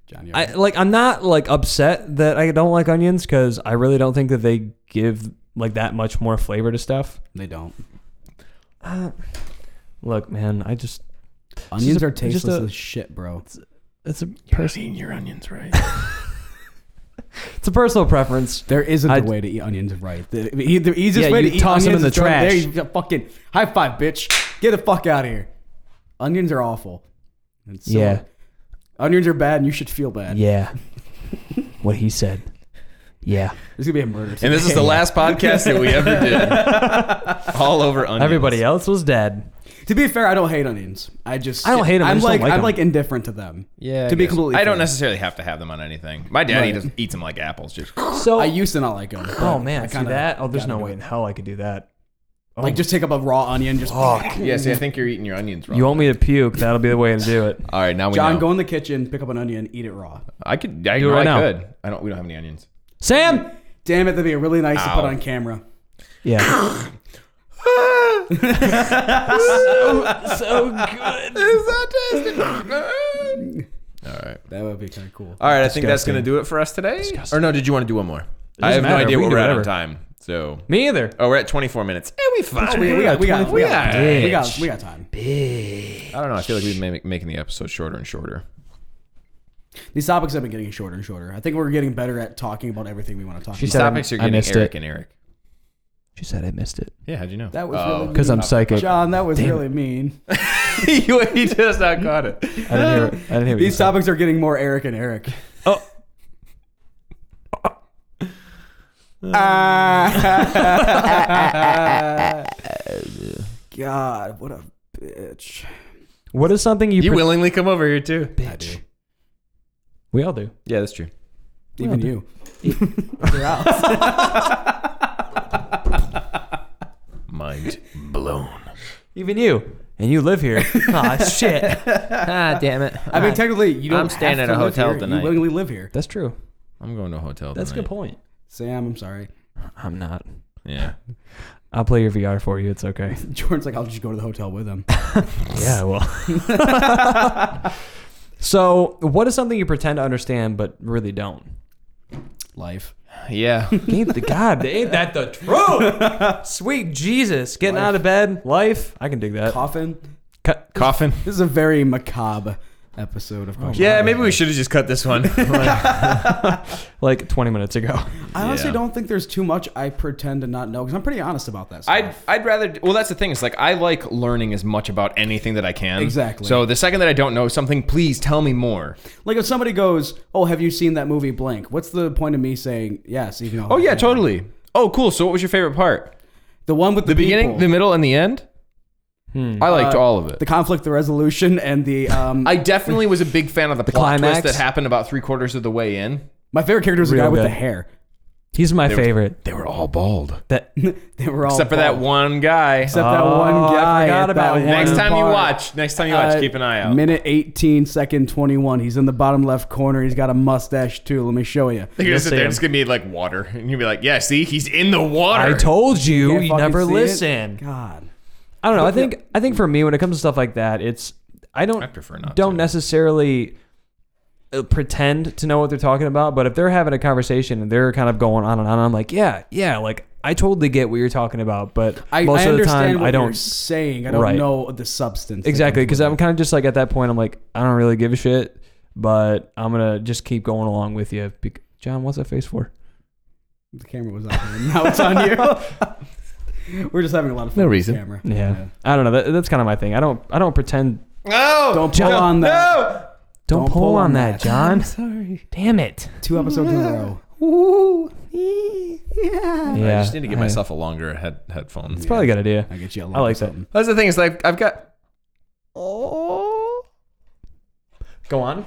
[SPEAKER 2] John, you're
[SPEAKER 3] I like. I'm not like upset that I don't like onions because I really don't think that they give like that much more flavor to stuff.
[SPEAKER 2] they don't.
[SPEAKER 3] Uh, look, man, I just
[SPEAKER 2] Onions
[SPEAKER 3] a-
[SPEAKER 2] are
[SPEAKER 3] just a-
[SPEAKER 2] tasteless as shit, bro.
[SPEAKER 3] it's a
[SPEAKER 1] Person, your onions, right?
[SPEAKER 3] it's a personal preference.
[SPEAKER 2] There isn't
[SPEAKER 3] I-
[SPEAKER 2] a way to eat onions right. The, e, the- the easiest
[SPEAKER 3] Yeah,
[SPEAKER 2] way
[SPEAKER 3] you
[SPEAKER 2] to eat
[SPEAKER 3] toss them
[SPEAKER 2] onions
[SPEAKER 3] in
[SPEAKER 2] is
[SPEAKER 3] the
[SPEAKER 2] throw them-
[SPEAKER 3] trash.
[SPEAKER 2] There you go. Fucking high five, bitch. Get the fuck out of here. Onions are awful. And so-
[SPEAKER 3] yeah,
[SPEAKER 2] Onions are bad, and you should feel bad.
[SPEAKER 3] yeah. what he said. Yeah.
[SPEAKER 2] There's gonna be a murder.
[SPEAKER 1] and this is the last podcast that we ever did. All over onions.
[SPEAKER 3] Everybody else was dead.
[SPEAKER 2] To be fair, I don't hate onions. I just
[SPEAKER 3] I don't hate 'em, I
[SPEAKER 2] I'm
[SPEAKER 3] just don't
[SPEAKER 2] like,
[SPEAKER 3] like
[SPEAKER 2] I'm
[SPEAKER 3] 'em.
[SPEAKER 2] like indifferent to them.
[SPEAKER 1] Yeah.
[SPEAKER 2] To be completely,
[SPEAKER 1] I don't
[SPEAKER 2] fair.
[SPEAKER 1] necessarily have to have them on anything. My daddy
[SPEAKER 2] Right.
[SPEAKER 1] just eats them like apples. Just
[SPEAKER 3] So
[SPEAKER 2] I used to not like them.
[SPEAKER 3] Oh man, see that? Oh, there's no way in hell I could do that.
[SPEAKER 2] Like just take up a raw onion, just
[SPEAKER 1] yeah. See, I think you're eating your onions wrong.
[SPEAKER 3] You want me to puke? That'll be the way to do it.
[SPEAKER 1] All right, now we
[SPEAKER 2] John,
[SPEAKER 1] know.
[SPEAKER 2] go in the kitchen, pick up an onion, eat it raw.
[SPEAKER 1] I could. I,
[SPEAKER 3] Do it
[SPEAKER 1] no,
[SPEAKER 3] right
[SPEAKER 1] I
[SPEAKER 3] now.
[SPEAKER 1] could. I don't. We don't have any onions.
[SPEAKER 3] Sam.
[SPEAKER 2] Damn it, that'd be really nice to put
[SPEAKER 1] Ow.
[SPEAKER 2] on camera.
[SPEAKER 3] Yeah. [laughs] so, so good.
[SPEAKER 1] All right.
[SPEAKER 2] That would be kind of cool.
[SPEAKER 1] All right. I think that's
[SPEAKER 3] Disgusting.
[SPEAKER 1] gonna do it for us today. Or no? Did you want to do one more? I have
[SPEAKER 3] doesn't
[SPEAKER 1] no
[SPEAKER 3] matter.
[SPEAKER 1] idea
[SPEAKER 3] We
[SPEAKER 1] what
[SPEAKER 3] can do
[SPEAKER 1] we're at on
[SPEAKER 3] whatever.
[SPEAKER 1] time. So.
[SPEAKER 3] Me either.
[SPEAKER 1] Oh, we're at 24 minutes. Yeah, we fine.
[SPEAKER 2] we, we got, we got, we got,
[SPEAKER 1] Yeah.
[SPEAKER 2] we got, we got time.
[SPEAKER 1] I don't know. I feel like we've been making the episode shorter and shorter.
[SPEAKER 2] These topics have been getting shorter and shorter. I think we're getting better at talking about everything we want to talk
[SPEAKER 3] She
[SPEAKER 1] These
[SPEAKER 2] about.
[SPEAKER 3] said I-
[SPEAKER 1] topics are
[SPEAKER 3] I
[SPEAKER 1] getting
[SPEAKER 3] missed
[SPEAKER 1] Eric
[SPEAKER 3] it.
[SPEAKER 1] and Eric.
[SPEAKER 3] She said I missed it
[SPEAKER 1] Yeah. How'd you know?
[SPEAKER 2] That was
[SPEAKER 1] Oh.
[SPEAKER 2] really
[SPEAKER 3] because I'm
[SPEAKER 2] mean.
[SPEAKER 3] psychic.
[SPEAKER 2] John, that was really mean.
[SPEAKER 1] [laughs] you, you just not caught it.
[SPEAKER 3] I didn't hear. I didn't hear. What you
[SPEAKER 2] These
[SPEAKER 3] said.
[SPEAKER 2] topics are getting more Eric and Eric.
[SPEAKER 3] Oh.
[SPEAKER 2] Ah.
[SPEAKER 1] [laughs]
[SPEAKER 2] God, what a bitch.
[SPEAKER 3] What is something you?
[SPEAKER 1] You
[SPEAKER 3] pre-
[SPEAKER 1] willingly come over here too.
[SPEAKER 3] Bitch. We all do.
[SPEAKER 1] Yeah, that's true.
[SPEAKER 2] Even
[SPEAKER 3] Well,
[SPEAKER 2] you.
[SPEAKER 1] Mind blown.
[SPEAKER 3] Even you. And you live [laughs] here. Ah shit. ah damn it.
[SPEAKER 2] I
[SPEAKER 3] [laughs]
[SPEAKER 2] mean, technically, you don't.
[SPEAKER 1] I'm staying
[SPEAKER 2] have
[SPEAKER 1] at
[SPEAKER 2] to
[SPEAKER 1] a
[SPEAKER 2] live
[SPEAKER 1] hotel
[SPEAKER 2] here.
[SPEAKER 1] tonight.
[SPEAKER 2] You willingly live here,
[SPEAKER 3] that's true.
[SPEAKER 1] I'm going to a hotel.
[SPEAKER 3] That's a good
[SPEAKER 1] tonight.
[SPEAKER 3] point.
[SPEAKER 2] Sam. I'm sorry. [laughs]
[SPEAKER 3] I'm not.
[SPEAKER 1] Yeah.
[SPEAKER 3] I'll play your VR for you. It's okay.
[SPEAKER 2] Jordan's like, I'll just go to the hotel with him.
[SPEAKER 3] yeah, well. [laughs] so, what is something you pretend to understand but really don't?
[SPEAKER 2] Life.
[SPEAKER 1] Yeah. [laughs]
[SPEAKER 3] Ain't the [laughs] God, ain't that the truth? Sweet Jesus, getting out of bed, life. I can dig that.
[SPEAKER 2] Coffin.
[SPEAKER 3] Ca-
[SPEAKER 1] Coffin.
[SPEAKER 2] This is a very macabre episode
[SPEAKER 3] Oh,
[SPEAKER 2] of Question.
[SPEAKER 1] Yeah, maybe we should have just cut this [laughs] one.
[SPEAKER 3] like 20 minutes ago.
[SPEAKER 2] I honestly
[SPEAKER 1] Yeah.
[SPEAKER 2] don't think there's too much I pretend to not know because I'm pretty honest about that. Stuff.
[SPEAKER 1] I'd I'd rather well that's the thing is like I like learning as much about anything that I can.
[SPEAKER 2] Exactly.
[SPEAKER 1] So the second that I don't know something, please tell me more.
[SPEAKER 2] Like if somebody goes, "Oh, have you seen that movie blank?" What's the point of me saying yes? Even though
[SPEAKER 1] Oh yeah, totally. Oh cool. So what was your favorite part?
[SPEAKER 2] The one with the,
[SPEAKER 1] The beginning,
[SPEAKER 2] people.
[SPEAKER 1] the middle, and the end? I liked
[SPEAKER 2] Uh,
[SPEAKER 1] all of it.
[SPEAKER 2] the conflict, the resolution, and the um.
[SPEAKER 1] I definitely was a big fan of the, plot
[SPEAKER 3] climax?
[SPEAKER 1] twist that happened about three quarters of the way in.
[SPEAKER 2] my favorite character was the
[SPEAKER 3] Real
[SPEAKER 2] guy with
[SPEAKER 3] good.
[SPEAKER 2] the hair.
[SPEAKER 3] [laughs]
[SPEAKER 2] [laughs]
[SPEAKER 3] He's my favorite.
[SPEAKER 1] They were all bald.
[SPEAKER 3] That
[SPEAKER 2] They were all
[SPEAKER 1] Except for that
[SPEAKER 2] bald.
[SPEAKER 1] one guy.
[SPEAKER 2] Except that
[SPEAKER 3] Oh,
[SPEAKER 2] one
[SPEAKER 3] I
[SPEAKER 2] guy.
[SPEAKER 3] forgot
[SPEAKER 2] at
[SPEAKER 3] about
[SPEAKER 2] that
[SPEAKER 3] him.
[SPEAKER 2] one
[SPEAKER 1] next time you
[SPEAKER 2] bar.
[SPEAKER 1] watch, next time you watch,
[SPEAKER 2] Uh,
[SPEAKER 1] keep an eye out.
[SPEAKER 2] Minute 18, second 21. He's in the bottom left corner. He's got a mustache too. Let me show you.
[SPEAKER 1] They're gonna
[SPEAKER 3] You'll
[SPEAKER 1] sit
[SPEAKER 3] see
[SPEAKER 1] there,
[SPEAKER 3] him.
[SPEAKER 1] it's gonna be like water. And you'll be like, yeah, see, he's in the water.
[SPEAKER 3] I told you,
[SPEAKER 2] Can't
[SPEAKER 3] you
[SPEAKER 2] fucking
[SPEAKER 3] never
[SPEAKER 2] see it.
[SPEAKER 3] listen.
[SPEAKER 2] God.
[SPEAKER 3] I don't know. I think I think for me when it comes to stuff like that, it's I don't
[SPEAKER 1] I prefer not
[SPEAKER 3] don't
[SPEAKER 1] to.
[SPEAKER 3] necessarily uh, pretend to know what they're talking about, but if they're having a conversation and they're kind of going on and on, I'm like, yeah, yeah, like I totally get what you're talking about, but
[SPEAKER 2] I,
[SPEAKER 3] most
[SPEAKER 2] I
[SPEAKER 3] of the
[SPEAKER 2] understand
[SPEAKER 3] time
[SPEAKER 2] what
[SPEAKER 3] I
[SPEAKER 2] you're
[SPEAKER 3] don't
[SPEAKER 2] saying. I don't
[SPEAKER 3] Right.
[SPEAKER 2] know the substance. that
[SPEAKER 3] exactly because
[SPEAKER 2] comes
[SPEAKER 3] I'm kind of just like at that point, I'm like, I don't really give a shit, but I'm gonna just keep going along with you. bec- John, what's that face for?
[SPEAKER 2] with it. the camera was on you. Now it's on you. We're just having a lot of fun.
[SPEAKER 1] No
[SPEAKER 2] with the
[SPEAKER 1] reason.
[SPEAKER 2] Camera.
[SPEAKER 3] Yeah, I don't know. That, that's kind of my thing. I don't I don't pretend.
[SPEAKER 1] [laughs] No!
[SPEAKER 2] Don't pull on that.
[SPEAKER 1] No!
[SPEAKER 3] Don't, pull, on, that, [laughs] John.
[SPEAKER 1] Sorry.
[SPEAKER 3] Damn it.
[SPEAKER 2] Two episodes in a row.
[SPEAKER 1] Ooh. I
[SPEAKER 3] Yeah,
[SPEAKER 1] just need to give
[SPEAKER 3] I-
[SPEAKER 1] myself a longer head headphone.
[SPEAKER 3] It's probably a good idea.
[SPEAKER 2] I get you. A
[SPEAKER 3] I like that.
[SPEAKER 2] something.
[SPEAKER 1] That's the thing, is like I've got
[SPEAKER 3] Oh. Go on.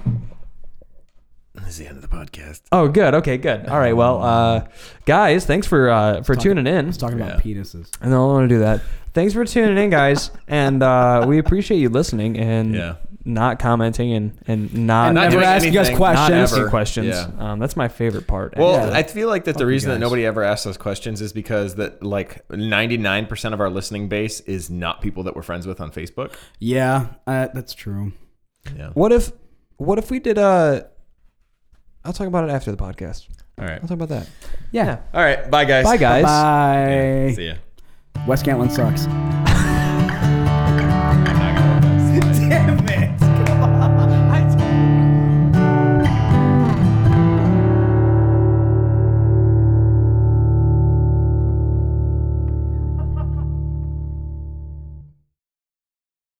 [SPEAKER 1] This is the end of the podcast.
[SPEAKER 3] Oh, good. Okay, good. All right. Well, uh, guys, thanhanks for uh, for tuning in.
[SPEAKER 2] It's talking about penises.
[SPEAKER 3] I don't want to do that. Thanks for tuning in, guys, and uh, we appreciate you listening and
[SPEAKER 1] Yeah.
[SPEAKER 3] not commenting and and not
[SPEAKER 2] And
[SPEAKER 1] Not
[SPEAKER 2] never
[SPEAKER 1] doing
[SPEAKER 2] asking us
[SPEAKER 1] anything.
[SPEAKER 3] not
[SPEAKER 2] questions.
[SPEAKER 3] asking
[SPEAKER 1] ever.
[SPEAKER 3] questions.
[SPEAKER 1] Yeah.
[SPEAKER 3] Um, that's my favorite part.
[SPEAKER 1] Well,
[SPEAKER 3] actually.
[SPEAKER 1] I feel like that the
[SPEAKER 2] Fuck you
[SPEAKER 1] reason that
[SPEAKER 2] guys.
[SPEAKER 1] nobody ever asks those questions is because that like 99% of our listening base is not people that we're friends with on Facebook.
[SPEAKER 2] Yeah, uh, that's true.
[SPEAKER 1] Yeah.
[SPEAKER 3] what if what if we did a? I'll talk about it after the podcast.
[SPEAKER 1] All right.
[SPEAKER 3] I'll talk about that.
[SPEAKER 2] Yeah.
[SPEAKER 1] All right. Bye guys.
[SPEAKER 3] Bye, guys.
[SPEAKER 2] Bye.
[SPEAKER 1] See ya.
[SPEAKER 2] West Cantlin sucks.